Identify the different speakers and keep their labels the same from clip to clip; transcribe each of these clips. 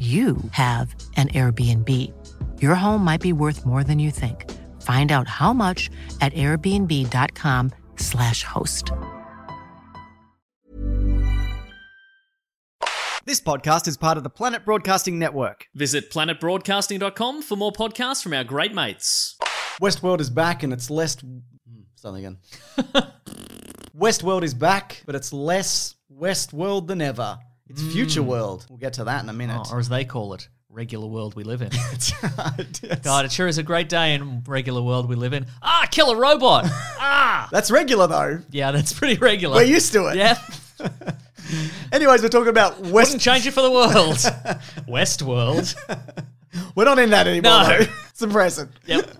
Speaker 1: you have an Airbnb. Your home might be worth more than you think. Find out how much at airbnb.com/slash host.
Speaker 2: This podcast is part of the Planet Broadcasting Network.
Speaker 3: Visit planetbroadcasting.com for more podcasts from our great mates.
Speaker 2: Westworld is back and it's less. Something again. Westworld is back, but it's less Westworld than ever. It's future world. We'll get to that in a minute.
Speaker 4: Oh, or as they call it, regular world we live in.
Speaker 2: That's right. Yes.
Speaker 4: God, it sure is a great day in regular world we live in. Ah, kill a robot. ah,
Speaker 2: That's regular though.
Speaker 4: yeah, that's pretty regular.
Speaker 2: We're used to it.
Speaker 4: Yeah,
Speaker 2: Anyways, we're talking about
Speaker 4: wouldn't
Speaker 2: West.
Speaker 4: change it for the world. Westworld.
Speaker 2: We're not in that anymore.
Speaker 4: No.
Speaker 2: Though. It's impressive.
Speaker 4: Yep.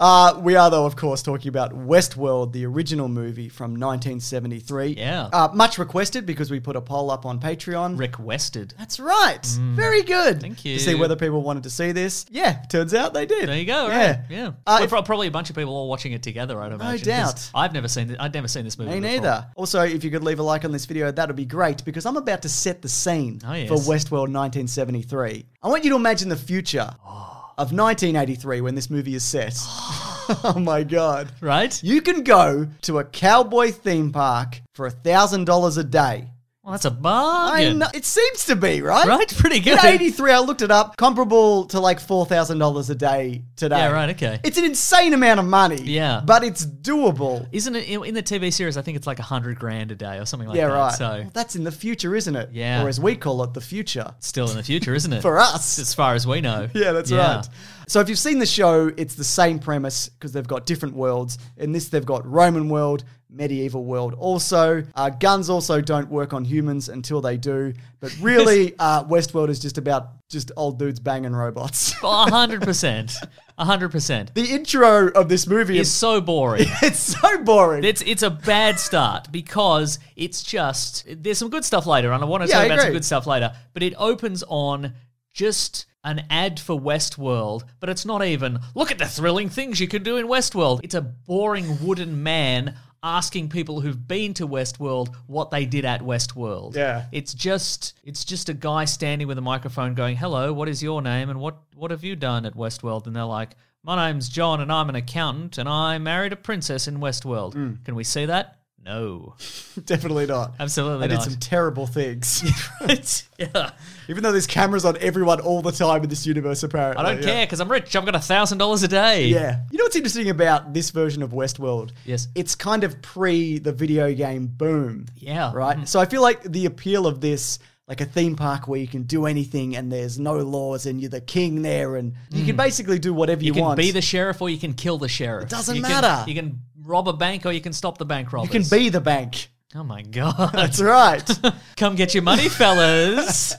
Speaker 2: Uh, we are, though, of course, talking about Westworld, the original movie from 1973.
Speaker 4: Yeah.
Speaker 2: Uh, much requested because we put a poll up on Patreon.
Speaker 4: Requested.
Speaker 2: That's right. Very good.
Speaker 4: Mm. Thank
Speaker 2: To see
Speaker 4: you.
Speaker 2: whether people wanted to see this. Yeah, turns out they did.
Speaker 4: There you go.
Speaker 2: Yeah.
Speaker 4: Right. Yeah.
Speaker 2: Uh,
Speaker 4: We're
Speaker 2: if-
Speaker 4: pro- probably a bunch of people all watching it together. I'd imagine. 'cause
Speaker 2: doubt.
Speaker 4: I've never seen. Th- I'd never seen this movie.
Speaker 2: Me
Speaker 4: before.
Speaker 2: neither. Also, if you could leave a like on this video, that would be great because I'm about to set the scene
Speaker 4: Oh, yes.
Speaker 2: for Westworld 1973. I want you to imagine the future of 1983 when this movie is set. oh my god.
Speaker 4: Right.
Speaker 2: You can go to a cowboy theme park for $1,000 a day.
Speaker 4: Well, that's a
Speaker 2: I
Speaker 4: bargain.
Speaker 2: know, it seems to be, right?
Speaker 4: Right. Pretty
Speaker 2: In
Speaker 4: good.
Speaker 2: 83, I looked it up, comparable to like $4,000 a day today.
Speaker 4: Yeah. Right. Okay.
Speaker 2: It's an insane amount of money.
Speaker 4: Yeah.
Speaker 2: But it's doable.
Speaker 4: Isn't it in in the TV series? I think it's like a hundred grand a day or something like
Speaker 2: yeah,
Speaker 4: that.
Speaker 2: right.
Speaker 4: So
Speaker 2: Well, that's in the future, isn't it?
Speaker 4: Yeah.
Speaker 2: Or as we call it, the future.
Speaker 4: still in the future, isn't it?
Speaker 2: For us.
Speaker 4: as far as we know.
Speaker 2: Yeah, that's right. So if you've seen the show, it's the same premise because they've got different worlds. In this, they've got Roman world, medieval world. Also, uh, guns also don't work on humans until they do. But really, uh, Westworld is just about just old dudes banging robots.
Speaker 4: A hundred percent. A hundred percent.
Speaker 2: the intro of this movie
Speaker 4: It's
Speaker 2: is
Speaker 4: so boring.
Speaker 2: it's so boring.
Speaker 4: It's it's a bad start because it's just there's some good stuff later, and I want to
Speaker 2: Yeah,
Speaker 4: talk
Speaker 2: I
Speaker 4: about some
Speaker 2: agree.
Speaker 4: good stuff later. But it opens on just an ad for Westworld, but it's not even look at the thrilling things you can do in Westworld. It's a boring wooden man asking people who've been to Westworld what they did at Westworld.
Speaker 2: Yeah.
Speaker 4: It's just it's just a guy standing with a microphone going, "Hello, what is your name and what what have you done at Westworld?" And they're like, "My name's John and I'm an accountant and I married a princess in Westworld." Can we see that? No.
Speaker 2: Definitely not.
Speaker 4: Absolutely
Speaker 2: I did
Speaker 4: not.
Speaker 2: some terrible things.
Speaker 4: It's- yeah.
Speaker 2: Even though there's cameras on everyone all the time in this universe, apparently.
Speaker 4: I don't
Speaker 2: yeah.
Speaker 4: care cuz I'm rich. I've got $1,000 a day.
Speaker 2: Yeah. You know what's interesting about this version of Westworld?
Speaker 4: Yes.
Speaker 2: It's kind of pre the video game boom.
Speaker 4: Yeah. Mm-hmm.
Speaker 2: Right? So I feel like the appeal of this, like a theme park where you can do anything and there's no laws and you're the king there and you can basically do whatever you,
Speaker 4: Mm. You can
Speaker 2: want.
Speaker 4: be the sheriff or you can kill the sheriff. It
Speaker 2: doesn't
Speaker 4: you can-
Speaker 2: matter.
Speaker 4: you can rob a bank or you can stop the bank robbers.
Speaker 2: you can be the bank.
Speaker 4: Oh my god.
Speaker 2: That's right.
Speaker 4: Come get your money, fellas.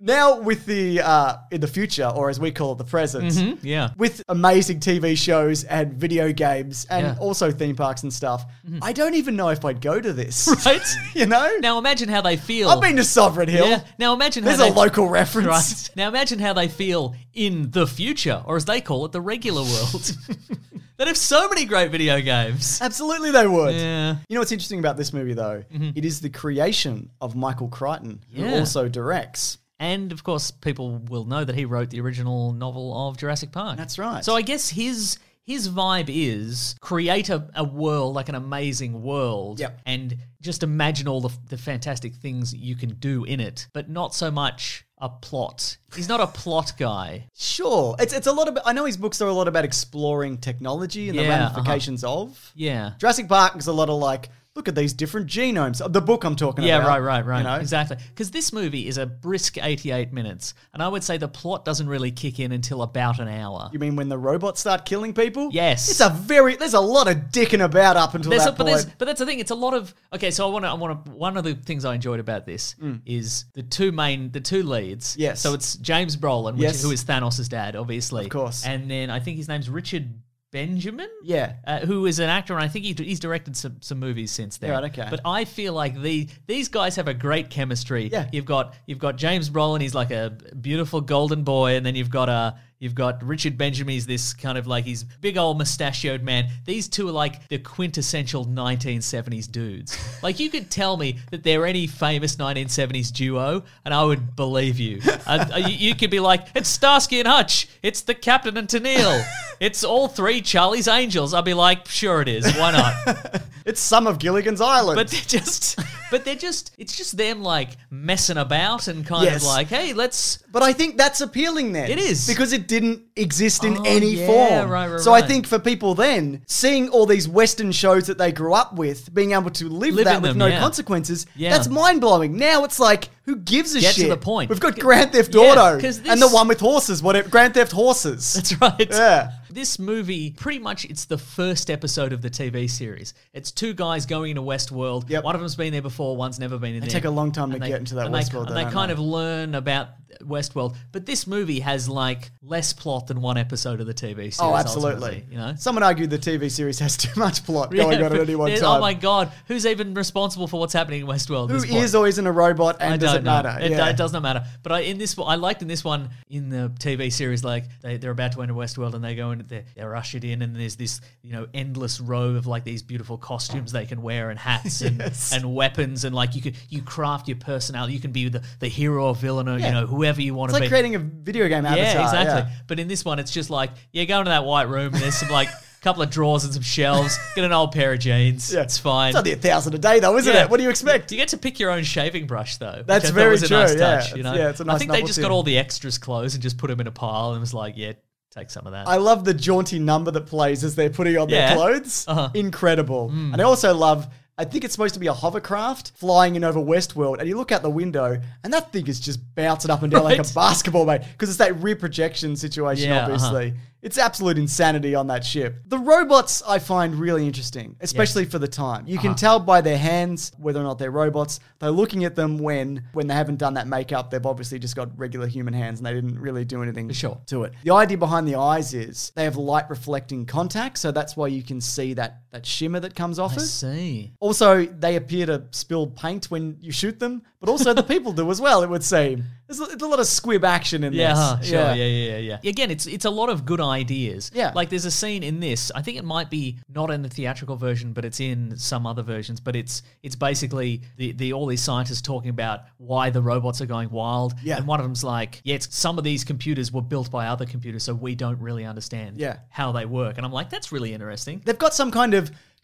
Speaker 2: now with the uh in the future, or as we call it the present.
Speaker 4: yeah.
Speaker 2: With amazing TV shows and video games and
Speaker 4: Yeah. Mm-hmm.
Speaker 2: also theme parks and stuff, I don't even know if I'd go to this.
Speaker 4: Right?
Speaker 2: you know?
Speaker 4: Now imagine how they feel.
Speaker 2: I've been to Sovereign Hill.
Speaker 4: Yeah. Now imagine
Speaker 2: There's
Speaker 4: how
Speaker 2: a
Speaker 4: they-
Speaker 2: local reference.
Speaker 4: Right. Now imagine how they feel in the future, or as they call it, the regular world. that have so many great video games.
Speaker 2: Absolutely, they would.
Speaker 4: Yeah. Mm-hmm.
Speaker 2: You know what's interesting about this movie, though? It is the creation of Michael Crichton, who
Speaker 4: Yeah.
Speaker 2: also directs.
Speaker 4: And of course, people will know that he wrote the original novel of Jurassic Park.
Speaker 2: That's right.
Speaker 4: So I guess his his vibe is create a, a world like an amazing world
Speaker 2: Yep.
Speaker 4: and just imagine all the, the fantastic things you can do in it but not so much a plot he's not a plot guy
Speaker 2: Sure, it's it's a lot of. I know his books are a lot about exploring technology and the
Speaker 4: Yeah, uh-huh.
Speaker 2: ramifications of.
Speaker 4: yeah
Speaker 2: Jurassic Park is a lot of like, look at these different genomes. The book I'm talking
Speaker 4: yeah,
Speaker 2: about.
Speaker 4: right, right, right.
Speaker 2: You know?
Speaker 4: Exactly. Because this movie is a brisk 88 minutes, and I would say the plot doesn't really kick in until about an hour.
Speaker 2: You mean when the robots start killing people?
Speaker 4: Yes.
Speaker 2: It's a very. There's a lot of dicking about up until
Speaker 4: There's
Speaker 2: that
Speaker 4: a- but,
Speaker 2: point.
Speaker 4: there's, but that's the thing. It's a lot of okay. So I want to. I want to. One of the things I enjoyed about this is the two main, the two leads.
Speaker 2: Mm. Yes.
Speaker 4: So it's James Brolin, which
Speaker 2: Yes.
Speaker 4: is, who is Thanos' dad, obviously. Of
Speaker 2: course.
Speaker 4: And then I think his name's Richard Benjamin.
Speaker 2: yeah.
Speaker 4: uh, who is an actor, and I think he, he's directed some, some movies since then.
Speaker 2: Right, okay.
Speaker 4: But I feel like the these guys have a great chemistry.
Speaker 2: Yeah.
Speaker 4: you've got you've got James Brolin, he's like a beautiful golden boy, and then you've got uh You've got Richard Benjamin, he's this kind of like he's big old mustachioed man. These two are like the quintessential 1970s dudes. like you could tell me that they're any famous 1970s duo, and I would believe you. Uh, you, you could be like, it's Starsky and Hutch, it's the Captain and Tennille, it's all three Charlie's Angels. I'd be like, sure it is, why not?
Speaker 2: It's some of Gilligan's Island.
Speaker 4: but they're just, but they're just, it's just them like messing about and kind
Speaker 2: Yes.
Speaker 4: of like, hey, let's
Speaker 2: But I think that's appealing then.
Speaker 4: It is.
Speaker 2: Because it didn't exist in
Speaker 4: Oh,
Speaker 2: any
Speaker 4: yeah,
Speaker 2: form.
Speaker 4: right, right,
Speaker 2: so I
Speaker 4: right.
Speaker 2: think for people then, seeing all these Western shows that they grew up with, being able to live,
Speaker 4: Live
Speaker 2: that
Speaker 4: in
Speaker 2: with
Speaker 4: them,
Speaker 2: no
Speaker 4: yeah.
Speaker 2: consequences,
Speaker 4: Yeah.
Speaker 2: that's mind blowing. Now it's like, who gives a
Speaker 4: Get to
Speaker 2: shit?
Speaker 4: the point.
Speaker 2: We've got
Speaker 4: Get-
Speaker 2: Grand Theft
Speaker 4: Yeah,
Speaker 2: Auto
Speaker 4: 'cause
Speaker 2: and the
Speaker 4: this-
Speaker 2: one with horses, whatever Grand Theft Horses.
Speaker 4: That's right.
Speaker 2: Yeah.
Speaker 4: This movie, pretty much, it's the first episode of the TV series. It's two guys going into Westworld.
Speaker 2: Yep.
Speaker 4: One of them's been there before. One's never been in there.
Speaker 2: take a long time to get into that
Speaker 4: and
Speaker 2: Westworld,
Speaker 4: They, and
Speaker 2: don't
Speaker 4: they kind
Speaker 2: they?
Speaker 4: of learn about Westworld. But this movie has like less plot than one episode of the TV series.
Speaker 2: Oh, absolutely.
Speaker 4: ultimately, You know.
Speaker 2: Someone argued the TV series has too much plot going
Speaker 4: Yeah,
Speaker 2: on at any one
Speaker 4: there's-
Speaker 2: time.
Speaker 4: Oh my god, who's even responsible for what's happening in Westworld? at
Speaker 2: who
Speaker 4: this point?
Speaker 2: is always in a robot and
Speaker 4: I
Speaker 2: does
Speaker 4: don't
Speaker 2: it
Speaker 4: know.
Speaker 2: matter?
Speaker 4: It, do-
Speaker 2: Yeah.
Speaker 4: it does not matter. But I in this one, I liked in this one in the TV series, like they, they're about to enter Westworld and they go and they're, they're ushered in, and there's this you know endless row of like these beautiful costumes they can wear and hats and, and weapons and like you can you craft your personality. You can be the, the hero or villain or
Speaker 2: Yeah.
Speaker 4: you know whoever you want
Speaker 2: It's
Speaker 4: to
Speaker 2: like
Speaker 4: be.
Speaker 2: creating a video game avatar.
Speaker 4: yeah, exactly.
Speaker 2: yeah.
Speaker 4: But in this one, it's just like yeah, go into that white room. And there's some like. Couple of drawers and some shelves. Get an old pair of jeans.
Speaker 2: Yeah.
Speaker 4: It's fine.
Speaker 2: It's only a thousand a day, though, isn't
Speaker 4: Yeah.
Speaker 2: it? What do you expect?
Speaker 4: You get to pick your own shaving brush, though.
Speaker 2: That's
Speaker 4: which I thought
Speaker 2: very
Speaker 4: was a
Speaker 2: true,
Speaker 4: Nice
Speaker 2: yeah.
Speaker 4: touch, you know?
Speaker 2: Yeah, it's a
Speaker 4: I
Speaker 2: nice
Speaker 4: think they just got
Speaker 2: novelty.
Speaker 4: all the extras clothes and just put them in a pile and was like, yeah, take some of that.
Speaker 2: I love the jaunty number that plays as they're putting on their
Speaker 4: Yeah. Uh-huh. Hmm.
Speaker 2: clothes. Incredible. And I also love. I think it's supposed to be a hovercraft flying in over Westworld, and you look out the window, and that thing is just bouncing up and down like a
Speaker 4: Right.
Speaker 2: basketball, mate. Because it's that rear projection situation,
Speaker 4: Yeah, uh-huh.
Speaker 2: obviously. It's absolute insanity on that ship. The robots I find really interesting, especially for the time. You
Speaker 4: Uh-huh.
Speaker 2: can tell by their hands whether or not they're robots. They're looking at them when when they haven't done that makeup. They've obviously just got regular human hands, and they didn't really do anything
Speaker 4: Sure.
Speaker 2: to it. The idea behind the eyes is they have light reflecting contact, so that's why you can see that that shimmer that comes off
Speaker 4: I
Speaker 2: it.
Speaker 4: see.
Speaker 2: Also, they appear to spill paint when you shoot them, but also the people do as well. It would seem there's a, it's a lot of squib action in
Speaker 4: Yeah,
Speaker 2: this.
Speaker 4: huh, Uh-huh, sure. Yeah. yeah, yeah, yeah. Again, it's it's a lot of good ideas.
Speaker 2: Yeah.
Speaker 4: Like there's a scene in this. I think it might be not in the theatrical version, but it's in some other versions. But it's it's basically the, the all these scientists talking about why the robots are going wild.
Speaker 2: Yeah.
Speaker 4: And one of them's like, yeah, it's, some of these computers were built by other computers, so we don't really understand
Speaker 2: Yeah.
Speaker 4: how they work. And I'm like, that's really interesting.
Speaker 2: They've got some kind of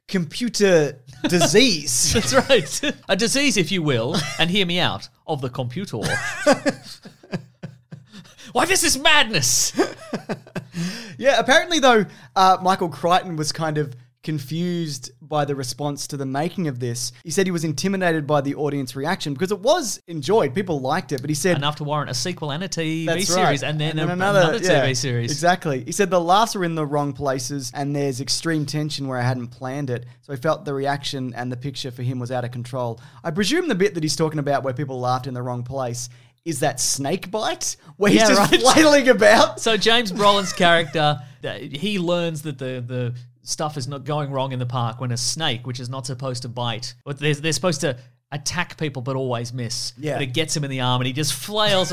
Speaker 2: computer disease.
Speaker 4: That's right. a disease, if you will, and hear me out, of the computer. Why, this is madness!
Speaker 2: yeah, apparently though, uh, Michael Crichton was kind of confused by the response to the making of this. He said he was intimidated by the audience reaction because it was enjoyed. People liked it, but he said
Speaker 4: enough to warrant a sequel and a TV
Speaker 2: That's right.
Speaker 4: series, and then, a-
Speaker 2: another,
Speaker 4: another,
Speaker 2: yeah,
Speaker 4: TV series.
Speaker 2: Exactly. He said the laughs are in the wrong places and there's extreme tension where I hadn't planned it. So I felt the reaction and the picture for him was out of control. I presume the bit that he's talking about where people laughed in the wrong place is that snake bite where he's
Speaker 4: Yeah,
Speaker 2: just
Speaker 4: right.
Speaker 2: flailing about.
Speaker 4: So James Brolin's character, th- he learns that the the stuff is not going wrong in the park when a snake, which is not supposed to bite, but they're, they're supposed to attack people but always miss.
Speaker 2: Yeah.
Speaker 4: But it gets him in the arm and he just flails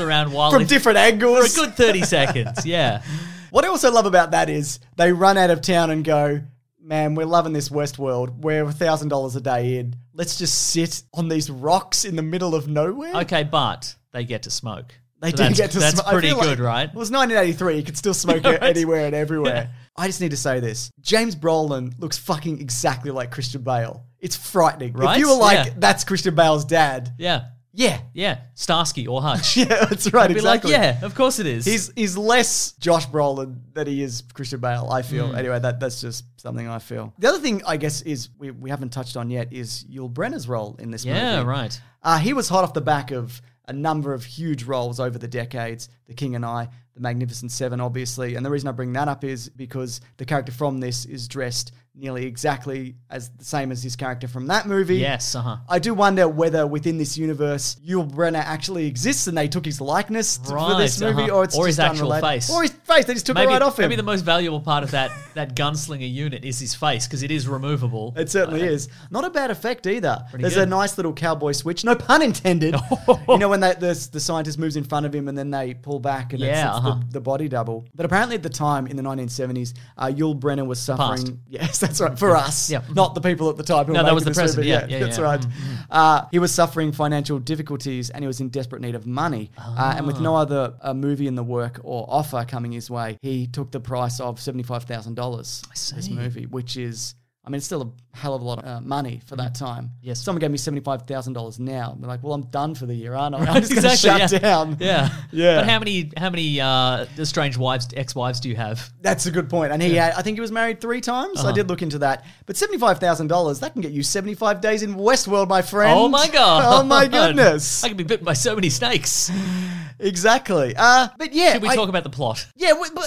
Speaker 4: around wildly
Speaker 2: From different
Speaker 4: for a
Speaker 2: angles.
Speaker 4: good 30 seconds. Yeah.
Speaker 2: What I also love about that is they run out of town and go, man, we're loving this West world. We're $1,000 a day in. Let's just sit on these rocks in the middle of nowhere.
Speaker 4: Okay, but they get to smoke.
Speaker 2: They
Speaker 4: So
Speaker 2: do
Speaker 4: that's-
Speaker 2: get to
Speaker 4: that's
Speaker 2: smoke.
Speaker 4: pretty good, right?
Speaker 2: It was 1983. You could still smoke it anywhere and everywhere. I just need to say this: James Brolin looks fucking exactly like Christian Bale. It's frightening. If
Speaker 4: Right?
Speaker 2: you were like,
Speaker 4: Yeah.
Speaker 2: "That's Christian Bale's dad,"
Speaker 4: Yeah.
Speaker 2: yeah,
Speaker 4: Yeah. Starsky or Hutch.
Speaker 2: yeah, that's right.
Speaker 4: Be
Speaker 2: exactly.
Speaker 4: like, yeah, of course it is.
Speaker 2: He's he's less Josh Brolin than he is Christian Bale. I feel
Speaker 4: Hmm.
Speaker 2: anyway. That that's just something I feel. The other thing I guess is we, we haven't touched on yet is Yul Brenner's role in this movie.
Speaker 4: yeah, right.
Speaker 2: Uh, he was hot off the back of a number of huge roles over the decades The King and I, The Magnificent Seven, obviously. And the reason I bring that up is because the character from this is dressed nearly exactly as the same as his character from that movie.
Speaker 4: Yes, uh-huh.
Speaker 2: I do wonder whether within this universe Yul Brenner actually exists and they took his likeness t- for this
Speaker 4: Right,
Speaker 2: movie,
Speaker 4: uh-huh.
Speaker 2: or it's
Speaker 4: Or
Speaker 2: just
Speaker 4: his actual
Speaker 2: unrelated.
Speaker 4: face.
Speaker 2: or his face. They just took it right off him.
Speaker 4: maybe the most valuable part of that that gunslinger unit is his face because it is removable.
Speaker 2: It certainly is. Not a bad effect either. There's
Speaker 4: good.
Speaker 2: a nice little cowboy switch, no pun intended. you know, when they, the, the scientist moves in front of him and then they pull back and
Speaker 4: Yeah,
Speaker 2: it's, it's
Speaker 4: uh-huh.
Speaker 2: the, the body double. But apparently at the time in the 1970s, uh, Yul Brenner was suffering.
Speaker 4: Past.
Speaker 2: Yes, that's right. For us,
Speaker 4: Yeah.
Speaker 2: not the people at the time. who were
Speaker 4: No, that was
Speaker 2: making
Speaker 4: the
Speaker 2: this movie.
Speaker 4: present. Yeah, Mm-hmm. yeah,
Speaker 2: that's
Speaker 4: yeah.
Speaker 2: right. Uh, he was suffering financial difficulties and he was in desperate need of money. Uh, and with no
Speaker 4: Ah.
Speaker 2: other uh, movie in the work or offer coming his way, he took the price of $75,000 this movie, which is, I mean, it's still a hell of a lot of uh, money for that time.
Speaker 4: Mm-hmm. Yes.
Speaker 2: Someone gave me $75,000 now. We're like, well, I'm done for the year, aren't I?
Speaker 4: Right,
Speaker 2: I'm just going to
Speaker 4: exactly,
Speaker 2: shut
Speaker 4: yeah.
Speaker 2: down.
Speaker 4: Yeah,
Speaker 2: Yeah.
Speaker 4: But how many how many uh, estranged wives, ex wives, do you have?
Speaker 2: That's a good point. And he had, I think he was married three times.
Speaker 4: Uh-huh.
Speaker 2: I did look into that. But $75,000, that can get you 75 days in Westworld, my friend.
Speaker 4: oh my god!
Speaker 2: Oh my goodness.
Speaker 4: I could be bitten by so many snakes.
Speaker 2: Exactly. Uh, but yeah.
Speaker 4: Should we
Speaker 2: I-
Speaker 4: talk about the plot?
Speaker 2: Yeah, we, but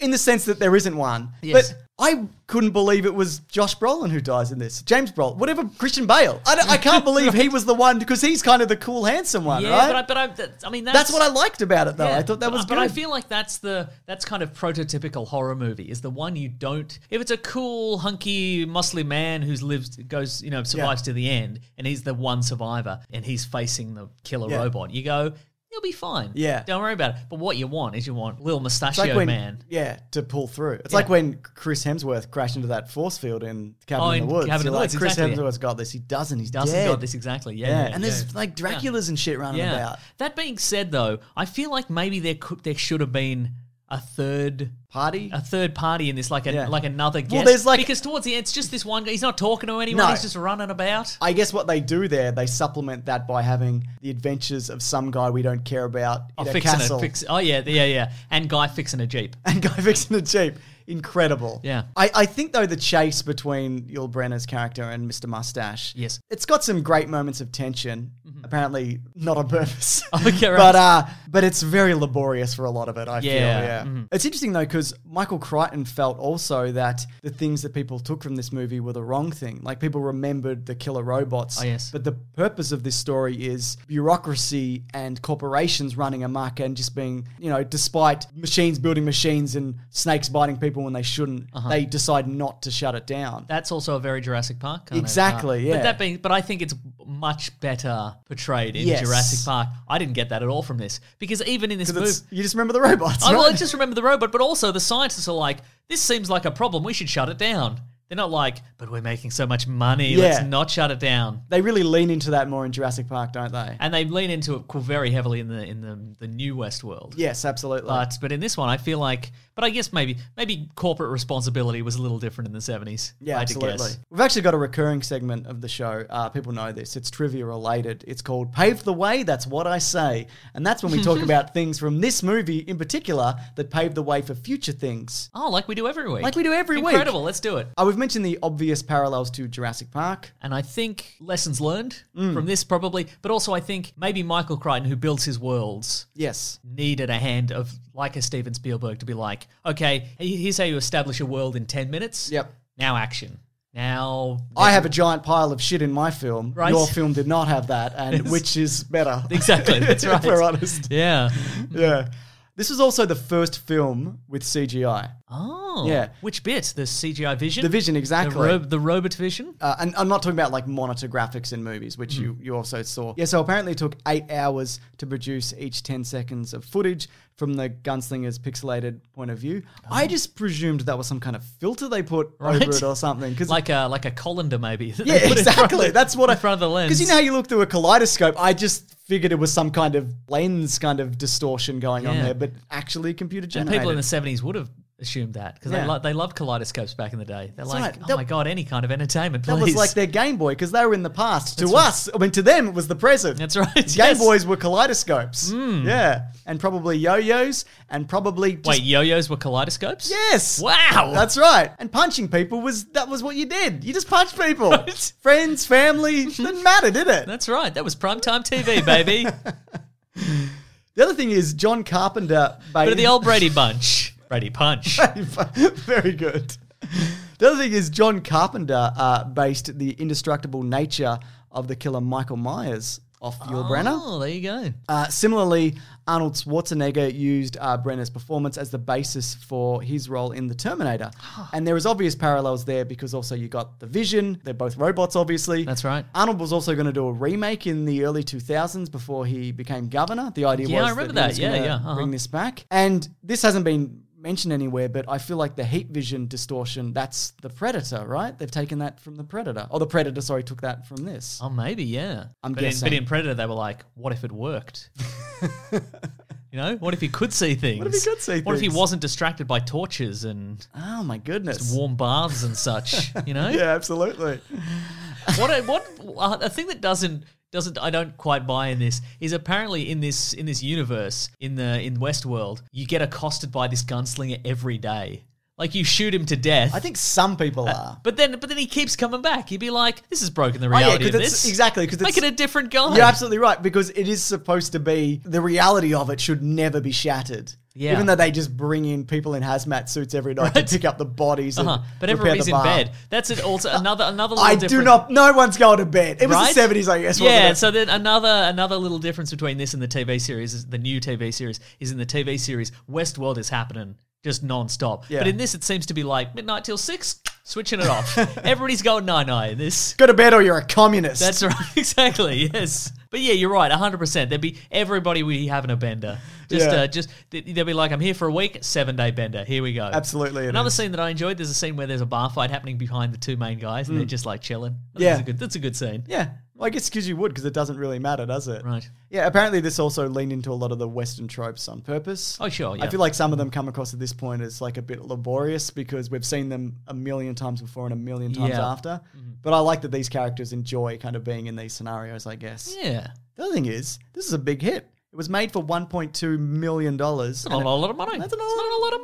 Speaker 2: in the sense that there isn't one.
Speaker 4: Yes.
Speaker 2: But I couldn't believe it was Josh Brolin who dies in this. James Brolin, whatever, Christian Bale. I, don't- I can't believe he was the one because he's kind of the cool, handsome one,
Speaker 4: yeah,
Speaker 2: right?
Speaker 4: but I, but I, that's- I mean that's,
Speaker 2: that's what I liked about it, though.
Speaker 4: Yeah,
Speaker 2: I thought that
Speaker 4: but-
Speaker 2: was good.
Speaker 4: But I feel like that's the that's kind of prototypical horror movie is the one you don't. If it's a cool, hunky, muscly man who's lives goes you know survives to the end, and he's the one survivor, and he's facing the killer
Speaker 2: Yeah.
Speaker 4: robot, you go. He'll be fine.
Speaker 2: Yeah.
Speaker 4: don't worry about it. But what you want is you want little
Speaker 2: It's
Speaker 4: mustachio
Speaker 2: like when,
Speaker 4: man.
Speaker 2: yeah, to pull through. It's like when Chris Hemsworth crashed into that force field in Cabin
Speaker 4: Oh,
Speaker 2: in
Speaker 4: in
Speaker 2: the Woods.
Speaker 4: Cabin in
Speaker 2: You're
Speaker 4: the
Speaker 2: like,
Speaker 4: Woods,
Speaker 2: Chris
Speaker 4: exactly.
Speaker 2: Hemsworth got this. He doesn't. He's
Speaker 4: Doesn't
Speaker 2: dead.
Speaker 4: got this exactly. Yeah,
Speaker 2: Yeah,
Speaker 4: yeah,
Speaker 2: and
Speaker 4: yeah.
Speaker 2: there's like Draculas and shit running about.
Speaker 4: That being said, though, I feel like maybe there could there should have been a third
Speaker 2: party?
Speaker 4: a third party in this, like a
Speaker 2: Yeah.
Speaker 4: like another guest.
Speaker 2: there's like-
Speaker 4: because towards the end, it's just this one guy. He's not talking to anyone.
Speaker 2: No.
Speaker 4: He's just running about.
Speaker 2: I guess what they do there, they supplement that by having the adventures of some guy we don't care about
Speaker 4: Oh,
Speaker 2: in a
Speaker 4: fixing
Speaker 2: castle
Speaker 4: a fix. Oh yeah, yeah, yeah. And guy fixing a jeep.
Speaker 2: and guy fixing a jeep. Incredible.
Speaker 4: Yeah.
Speaker 2: I, I think though the chase between Yul Brenner's character and Mr. Mustache.
Speaker 4: Yes. Mm-hmm.
Speaker 2: It's got some great moments of tension. Apparently not on purpose.
Speaker 4: Okay, right.
Speaker 2: But uh but it's very laborious for a lot of it, I feel.
Speaker 4: Yeah.
Speaker 2: Yeah. It's interesting though, because Michael Crichton felt also that the things that people took from this movie were the wrong thing. Like people remembered the killer robots.
Speaker 4: Oh, yes.
Speaker 2: But the purpose of this story is bureaucracy and corporations running amok and just being, you know, despite machines building machines and snakes biting people when they shouldn't,
Speaker 4: Uh-huh.
Speaker 2: they decide not to shut it down.
Speaker 4: That's also a very Jurassic Park. Kind
Speaker 2: Exactly,
Speaker 4: Of, uh,
Speaker 2: yeah.
Speaker 4: But that being, but I think it's much better portrayed in
Speaker 2: Yes.
Speaker 4: Jurassic Park. I didn't get that at all from this because even in this
Speaker 2: 'Cause
Speaker 4: movie,
Speaker 2: it's- you just remember the robots.
Speaker 4: I, well, I
Speaker 2: right?
Speaker 4: just remember the robot, but also the scientists are like, this seems like a problem. We should shut it down. They're not like, but we're making so much money.
Speaker 2: Yeah.
Speaker 4: Let's not shut it down.
Speaker 2: they really lean into that more in Jurassic Park, don't they?
Speaker 4: And they lean into it qu- very heavily in the in the, the new Westworld.
Speaker 2: Yes, absolutely.
Speaker 4: But but in this one, I feel like, but I guess maybe maybe corporate responsibility was a little different in the seventies.
Speaker 2: Yeah, absolutely. We've actually got a recurring segment of the show. Uh, people know this. It's trivia related. It's called Pave the Way, That's What I Say. And that's when we talk about things from this movie in particular that pave the way for future things.
Speaker 4: Oh, like we do every week.
Speaker 2: Like we do every week.
Speaker 4: Incredible. Let's do it.
Speaker 2: Uh, we've mentioned the obvious parallels to Jurassic Park.
Speaker 4: And I think lessons learned
Speaker 2: Mm.
Speaker 4: from this probably, but also I think maybe Michael Crichton, who builds his worlds,
Speaker 2: Yes.
Speaker 4: needed a hand of like a Steven Spielberg to be like, okay, he- here's how you establish a world in ten minutes.
Speaker 2: Yep.
Speaker 4: Now action. Now
Speaker 2: I have a giant pile of shit in my film.
Speaker 4: Right.
Speaker 2: Your film did not have that, and which is better?
Speaker 4: exactly. That's right.
Speaker 2: if we're honest.
Speaker 4: Yeah.
Speaker 2: Yeah. This was also the first film with CGI.
Speaker 4: Oh.
Speaker 2: Yeah.
Speaker 4: Which bit? The CGI vision.
Speaker 2: The vision,
Speaker 4: The,
Speaker 2: exactly.
Speaker 4: ro- the robot vision.
Speaker 2: Uh, and I'm not talking about like monitor graphics in movies, which you,
Speaker 4: Mm.
Speaker 2: you also saw. Yeah, so apparently it took eight hours to produce each 10 seconds of footage from the gunslinger's pixelated point of view. I just presumed that was some kind of filter they put over
Speaker 4: Oh. Right.
Speaker 2: it or something. Cause
Speaker 4: like a like a colander maybe. that they
Speaker 2: yeah,
Speaker 4: put in front of
Speaker 2: exactly.
Speaker 4: the-
Speaker 2: That's what
Speaker 4: in
Speaker 2: I
Speaker 4: front of the lens.
Speaker 2: Because you know how you look through a kaleidoscope. I just figured it was some kind of lens kind of distortion going on
Speaker 4: Yeah.
Speaker 2: there, but actually computer
Speaker 4: and
Speaker 2: generated.
Speaker 4: people in the seventies would have assumed that because
Speaker 2: Yeah.
Speaker 4: they lo- they loved kaleidoscopes back in the day. They're like,
Speaker 2: right.
Speaker 4: oh
Speaker 2: That-
Speaker 4: my god, any kind of entertainment,
Speaker 2: that
Speaker 4: please.
Speaker 2: was like their Game Boy because they were in the past. to us, I mean, to them, it was the present.
Speaker 4: That's right,
Speaker 2: Game
Speaker 4: yes. Hmm.
Speaker 2: Boys were kaleidoscopes. Yeah, and probably yo-yos, and probably just,
Speaker 4: Wait, yo-yos were kaleidoscopes?
Speaker 2: yes,
Speaker 4: Wow.
Speaker 2: that's right. And punching people was that was what you did. You just punched people, friends, family, didn't matter, did it?
Speaker 4: That's right. That was primetime TV, baby.
Speaker 2: The other thing is John Carpenter.
Speaker 4: but
Speaker 2: made-
Speaker 4: the old Brady Bunch, Brady Punch.
Speaker 2: Very good. The other thing is John Carpenter uh, based the indestructible nature of the killer Michael Myers off Yul Brenner.
Speaker 4: Oh, there you go.
Speaker 2: Uh, similarly, Arnold Schwarzenegger used uh, Brenner's performance as the basis for his role in The Terminator. and there is obvious parallels there because also you got The Vision. They're both robots, obviously.
Speaker 4: That's right.
Speaker 2: Arnold was also going to do a remake in the early 2000s before he became governor. The idea
Speaker 4: Yeah,
Speaker 2: was
Speaker 4: I remember
Speaker 2: that,
Speaker 4: that.
Speaker 2: he was
Speaker 4: Yeah,
Speaker 2: gonna
Speaker 4: yeah, uh-huh.
Speaker 2: bring this back. And this hasn't been mentioned anywhere, but I feel like the heat vision distortion, that's The Predator, right? They've taken that from The Predator. Oh, The Predator, sorry, took that from this.
Speaker 4: Oh, maybe, yeah.
Speaker 2: I'm
Speaker 4: but, in,
Speaker 2: guessing.
Speaker 4: but in Predator, they were like, what if it worked? you know, what if he could see things?
Speaker 2: if he could see
Speaker 4: What if he
Speaker 2: things?
Speaker 4: wasn't distracted by torches and
Speaker 2: Oh, my goodness.
Speaker 4: warm baths and such? You know?
Speaker 2: Yeah, absolutely.
Speaker 4: what I, what uh, a thing that doesn't doesn't I don't quite buy in this is apparently in this in this universe in the in Westworld you get accosted by this gunslinger every day. Like you shoot him to death.
Speaker 2: I think some
Speaker 4: Uh,
Speaker 2: people are.
Speaker 4: But then, but then he keeps coming back. He'd be like, "This has broken the
Speaker 2: Oh, yeah,
Speaker 4: reality
Speaker 2: 'cause
Speaker 4: of
Speaker 2: it's-
Speaker 4: this."
Speaker 2: exactly, 'cause
Speaker 4: make it
Speaker 2: it's-
Speaker 4: a different guy.
Speaker 2: You're absolutely right because it is supposed to be the reality of it should never be shattered.
Speaker 4: Yeah.
Speaker 2: Even though they just bring in people in hazmat suits every night to pick up the bodies.
Speaker 4: Uh-huh.
Speaker 2: And
Speaker 4: But
Speaker 2: repair
Speaker 4: everybody's
Speaker 2: the
Speaker 4: in
Speaker 2: bar.
Speaker 4: bed. That's it. Also, another another. Little
Speaker 2: I do
Speaker 4: different-
Speaker 2: not. No one's going to bed. It was
Speaker 4: Right?
Speaker 2: the seventies, I guess.
Speaker 4: Yeah.
Speaker 2: Wasn't it?
Speaker 4: So then another another little difference between this and the TV series, is the new TV series, is in the TV series Westworld is happening just nonstop.
Speaker 2: Yeah.
Speaker 4: But in this, it seems to be like midnight till six, switching it off. Everybody's going nine nine in this.
Speaker 2: go to bed or you're a communist.
Speaker 4: That's right. Exactly. Yes. But yeah, you're right. 100%. There'd be everybody would be having a bender. Just,
Speaker 2: Yeah.
Speaker 4: uh, just th- they'll be like, I'm here for a week, seven day bender. Here we go.
Speaker 2: Absolutely it
Speaker 4: Another
Speaker 2: is.
Speaker 4: scene that I enjoyed. There's a scene where there's a bar fight happening behind the two main guys, and they're just like chilling. I think
Speaker 2: Mm. Yeah.
Speaker 4: That's a good. That's a good scene.
Speaker 2: yeah. Well, I guess because you would, because it doesn't really matter, does it?
Speaker 4: Right.
Speaker 2: Yeah, apparently this also leaned into a lot of the Western tropes on purpose.
Speaker 4: Oh, sure,
Speaker 2: I
Speaker 4: yeah.
Speaker 2: feel like some of them come across at this point as like a bit laborious because we've seen them a million times before and a million times
Speaker 4: Yeah. Mm-hmm.
Speaker 2: after. But I like that these characters enjoy kind of being in these scenarios, I guess.
Speaker 4: Yeah.
Speaker 2: The other thing is, this is a big hit. It was made for $1.2 million. That's
Speaker 4: Not a lot of money.
Speaker 2: That's
Speaker 4: That's
Speaker 2: not
Speaker 4: not
Speaker 2: a
Speaker 4: a lot of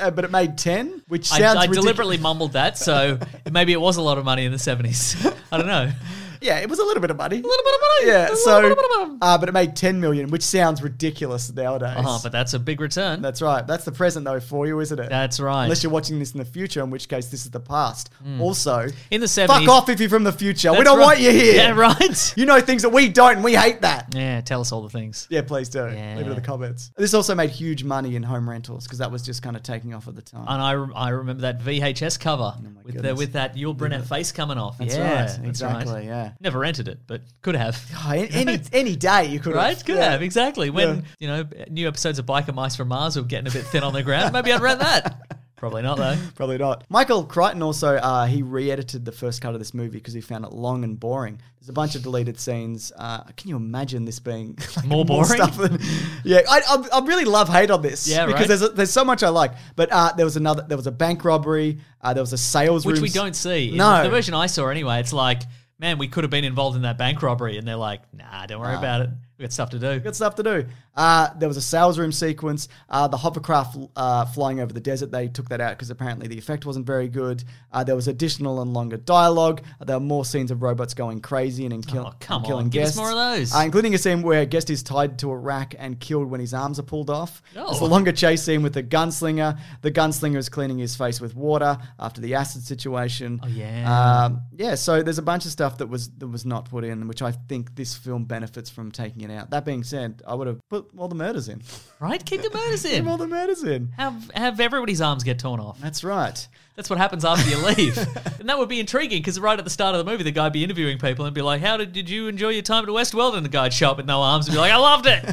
Speaker 4: money.
Speaker 2: but it made 10, which
Speaker 4: I,
Speaker 2: sounds
Speaker 4: I
Speaker 2: ridiculous.
Speaker 4: deliberately mumbled that, so maybe it was a lot of money in the 70s. I don't know. A
Speaker 2: Yeah, it was a little bit of money.
Speaker 4: little bit of money.
Speaker 2: Yeah,
Speaker 4: a little
Speaker 2: so
Speaker 4: bit of money.
Speaker 2: uh, but it made 10 million, which sounds ridiculous nowadays.
Speaker 4: Uh-huh, but that's a big return.
Speaker 2: That's right. That's the present though for you, isn't it?
Speaker 4: That's right. Mm.
Speaker 2: Unless you're watching this in the future, in which case this is the past. Also,
Speaker 4: in the 70s.
Speaker 2: fuck off if you're from the future. We
Speaker 4: That's
Speaker 2: don't
Speaker 4: right.
Speaker 2: want you here.
Speaker 4: Yeah, right.
Speaker 2: You know things that we don't, and we hate that.
Speaker 4: yeah, tell us all the things.
Speaker 2: Yeah, please do. Leave it in the
Speaker 4: Yeah.
Speaker 2: comments. This also made huge money in home rentals because that was just kind of taking off at the time.
Speaker 4: And I, rem- I remember that VHS cover with the,
Speaker 2: Oh goodness.
Speaker 4: with that Yul Brynner face coming off.
Speaker 2: That's
Speaker 4: yeah,
Speaker 2: right,
Speaker 4: that's right.
Speaker 2: exactly, yeah.
Speaker 4: Never rented it, but could have.
Speaker 2: Oh, any, any any day you could
Speaker 4: Right,
Speaker 2: have.
Speaker 4: could
Speaker 2: Yeah.
Speaker 4: have exactly. When you know new episodes of Biker Mice from Mars were getting a bit thin on the ground, maybe I'd rent that. Probably not though.
Speaker 2: Probably not. Michael Crichton also uh, he re-edited the first cut of this movie because he found it long and boring. There's a bunch of deleted scenes. Uh, can you imagine this being like,
Speaker 4: More boring?
Speaker 2: than- yeah, I, I, I really love hate on this.
Speaker 4: Yeah,
Speaker 2: because
Speaker 4: right.
Speaker 2: there's a, there's so much I like. But uh, there was another. There was a bank robbery. Uh, there was a sales
Speaker 4: Which
Speaker 2: room
Speaker 4: we
Speaker 2: s-
Speaker 4: don't see. In
Speaker 2: No.
Speaker 4: the version I saw anyway. It's like, man, we could have been involved in that bank robbery, and they're like, nah, don't worry about it. We got stuff to do.
Speaker 2: Good stuff to do. Uh, there was a sales room sequence. Uh, the hovercraft uh, flying over the desert, they took that out because apparently the effect wasn't very good. Uh, there was additional and longer dialogue. There were more scenes of robots going crazy and, and, kill-
Speaker 4: Oh, come
Speaker 2: and killing
Speaker 4: on. Give us
Speaker 2: guests.
Speaker 4: more of those.
Speaker 2: Uh, including a scene where a guest is tied to a rack and killed when his arms are pulled off.
Speaker 4: No.
Speaker 2: There's a longer chase scene with the gunslinger. The gunslinger is cleaning his face with water after the acid situation. Oh,
Speaker 4: yeah.
Speaker 2: Um, yeah, so there's a bunch of stuff that was that was not put in, which I think this film benefits from taking it out. That being said, I would have put all the murders in.
Speaker 4: Right? Keep the murders
Speaker 2: Put all
Speaker 4: in.
Speaker 2: the murders in.
Speaker 4: Have have everybody's arms get torn off.
Speaker 2: That's right.
Speaker 4: That's what happens after you leave. and that would be intriguing because right at the start of the movie, the guy'd be interviewing people and be like, How did, did you enjoy your time at Westworld? And the guy'd show up with no arms and be like, I loved it.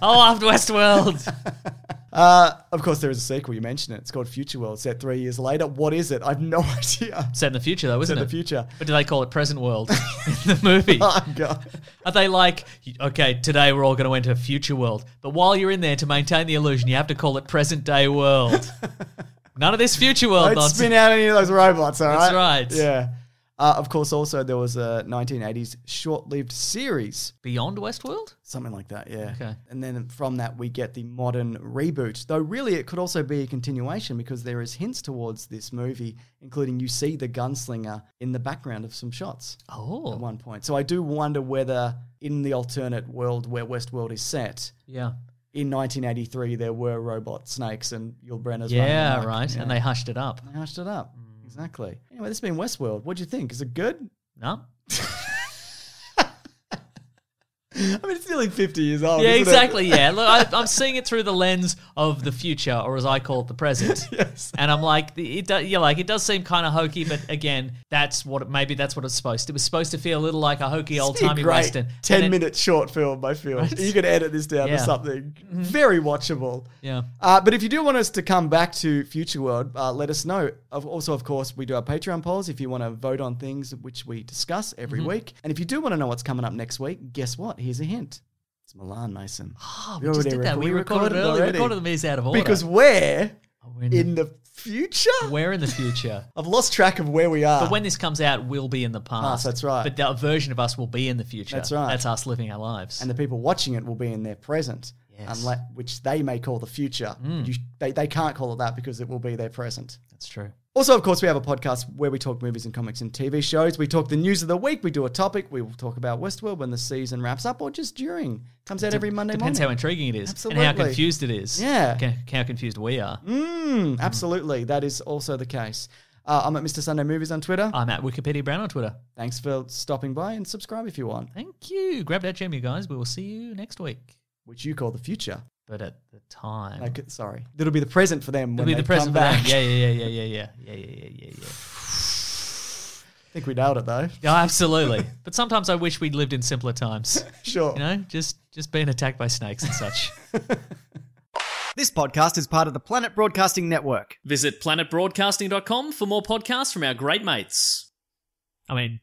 Speaker 4: I loved Westworld.
Speaker 2: Of course, there is a sequel. You mentioned it. It's called Future World. Set three years later. What is it? I've no idea.
Speaker 4: Set in the future, though, isn't
Speaker 2: In
Speaker 4: it?
Speaker 2: the future.
Speaker 4: But do they call it present world in the movie?
Speaker 2: Oh god.
Speaker 4: Are they like, okay, today we're all going to enter future world, but while you're in there to maintain the illusion, you have to call it present day world. None of this future world
Speaker 2: Don't spin
Speaker 4: nonsense.
Speaker 2: out any of those robots. All right.
Speaker 4: That's right.
Speaker 2: Yeah. Uh, of course, also there was a 1980s short-lived series
Speaker 4: Beyond Westworld?
Speaker 2: Something like that, yeah.
Speaker 4: Okay.
Speaker 2: And then from that, we get the modern reboot. Though, really, it could also be a continuation because there is hints towards this movie, including you see the gunslinger in the background of some shots at
Speaker 4: Oh,
Speaker 2: one point. So, I do wonder whether in the alternate world where Westworld is set,
Speaker 4: yeah.
Speaker 2: in 1983, there were robot snakes and Yul Brenner's running
Speaker 4: Yeah,
Speaker 2: amok.
Speaker 4: right.
Speaker 2: Yeah.
Speaker 4: And they hushed it up.
Speaker 2: they hushed it up. Exactly. Anyway, this has been Westworld. What do you think? Is it good?
Speaker 4: No?
Speaker 2: I mean, it's nearly 50 years old.
Speaker 4: yeah,
Speaker 2: Oh, isn't it?
Speaker 4: exactly. Yeah, look, I, I'm seeing it through the lens of the future, or as I call it, the present.
Speaker 2: Yes.
Speaker 4: And I'm like, the- it do, yeah, like it does seem kind of hokey, but again, that's what it, maybe that's what it's supposed. to. It was supposed to feel a little like a hokey old
Speaker 2: It'd be a
Speaker 4: timey
Speaker 2: great
Speaker 4: western. And
Speaker 2: Ten
Speaker 4: then-
Speaker 2: minute short film. I feel you could edit this down
Speaker 4: Yeah. Mm-hmm.
Speaker 2: to something very watchable.
Speaker 4: Yeah.
Speaker 2: Uh, but if you do want us to come back to Future World, uh, let us know. Of, also, of course, we do our Patreon polls if you want to vote on things which we discuss every
Speaker 4: Mm-hmm.
Speaker 2: week. And if you do want to know what's coming up next week, guess what? Here's a hint. It's Milan Mason.
Speaker 4: Oh, we just did that. We, recorded, early. We recorded the movies out of order
Speaker 2: Because we're
Speaker 4: we're in,
Speaker 2: in Ah. the future.
Speaker 4: we're in the future.
Speaker 2: I've lost track of where we are.
Speaker 4: But when this comes out, we'll be in the past.
Speaker 2: that's right.
Speaker 4: But that version of us will be in the future.
Speaker 2: That's right.
Speaker 4: That's us living our lives.
Speaker 2: and the people watching it will be in their present,
Speaker 4: Yes.
Speaker 2: unle- which they may call the future.
Speaker 4: Mm.
Speaker 2: You, they, they can't call it that because it will be their present.
Speaker 4: that's true.
Speaker 2: Also, of course, we have a podcast where we talk movies and comics and TV shows. We talk the news of the week. We do a topic. We will talk about Westworld when the season wraps up or just during. Comes out every Monday
Speaker 4: Depends how
Speaker 2: morning.
Speaker 4: intriguing it is and
Speaker 2: Absolutely.
Speaker 4: how confused it is.
Speaker 2: Yeah.
Speaker 4: Ca- How confused we are.
Speaker 2: Mm, absolutely. That is also the case. Uh, I'm at Mr. Sunday Movies on Twitter.
Speaker 4: I'm at Wikipedia Brown on Twitter.
Speaker 2: Thanks for stopping by and subscribe if you want,
Speaker 4: Thank you. Grab that gem, you guys. We will see you next week.
Speaker 2: which you call the future.
Speaker 4: But at the time,
Speaker 2: Like, sorry. That'll be the present for them
Speaker 4: it'll
Speaker 2: when
Speaker 4: be
Speaker 2: they
Speaker 4: the present
Speaker 2: come
Speaker 4: for them.
Speaker 2: back.
Speaker 4: Yeah, yeah, yeah, yeah, yeah, yeah, yeah, yeah, yeah, yeah, yeah.
Speaker 2: I think we nailed it, though.
Speaker 4: Yeah, absolutely. but sometimes I wish we'd lived in simpler times.
Speaker 2: Sure.
Speaker 4: You know, just just being attacked by snakes and such.
Speaker 2: This podcast is part of the Planet Broadcasting Network.
Speaker 3: Visit planetbroadcasting.com for more podcasts from our great mates.
Speaker 4: I mean,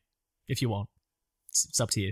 Speaker 4: if you want.
Speaker 5: it's, it's up to you.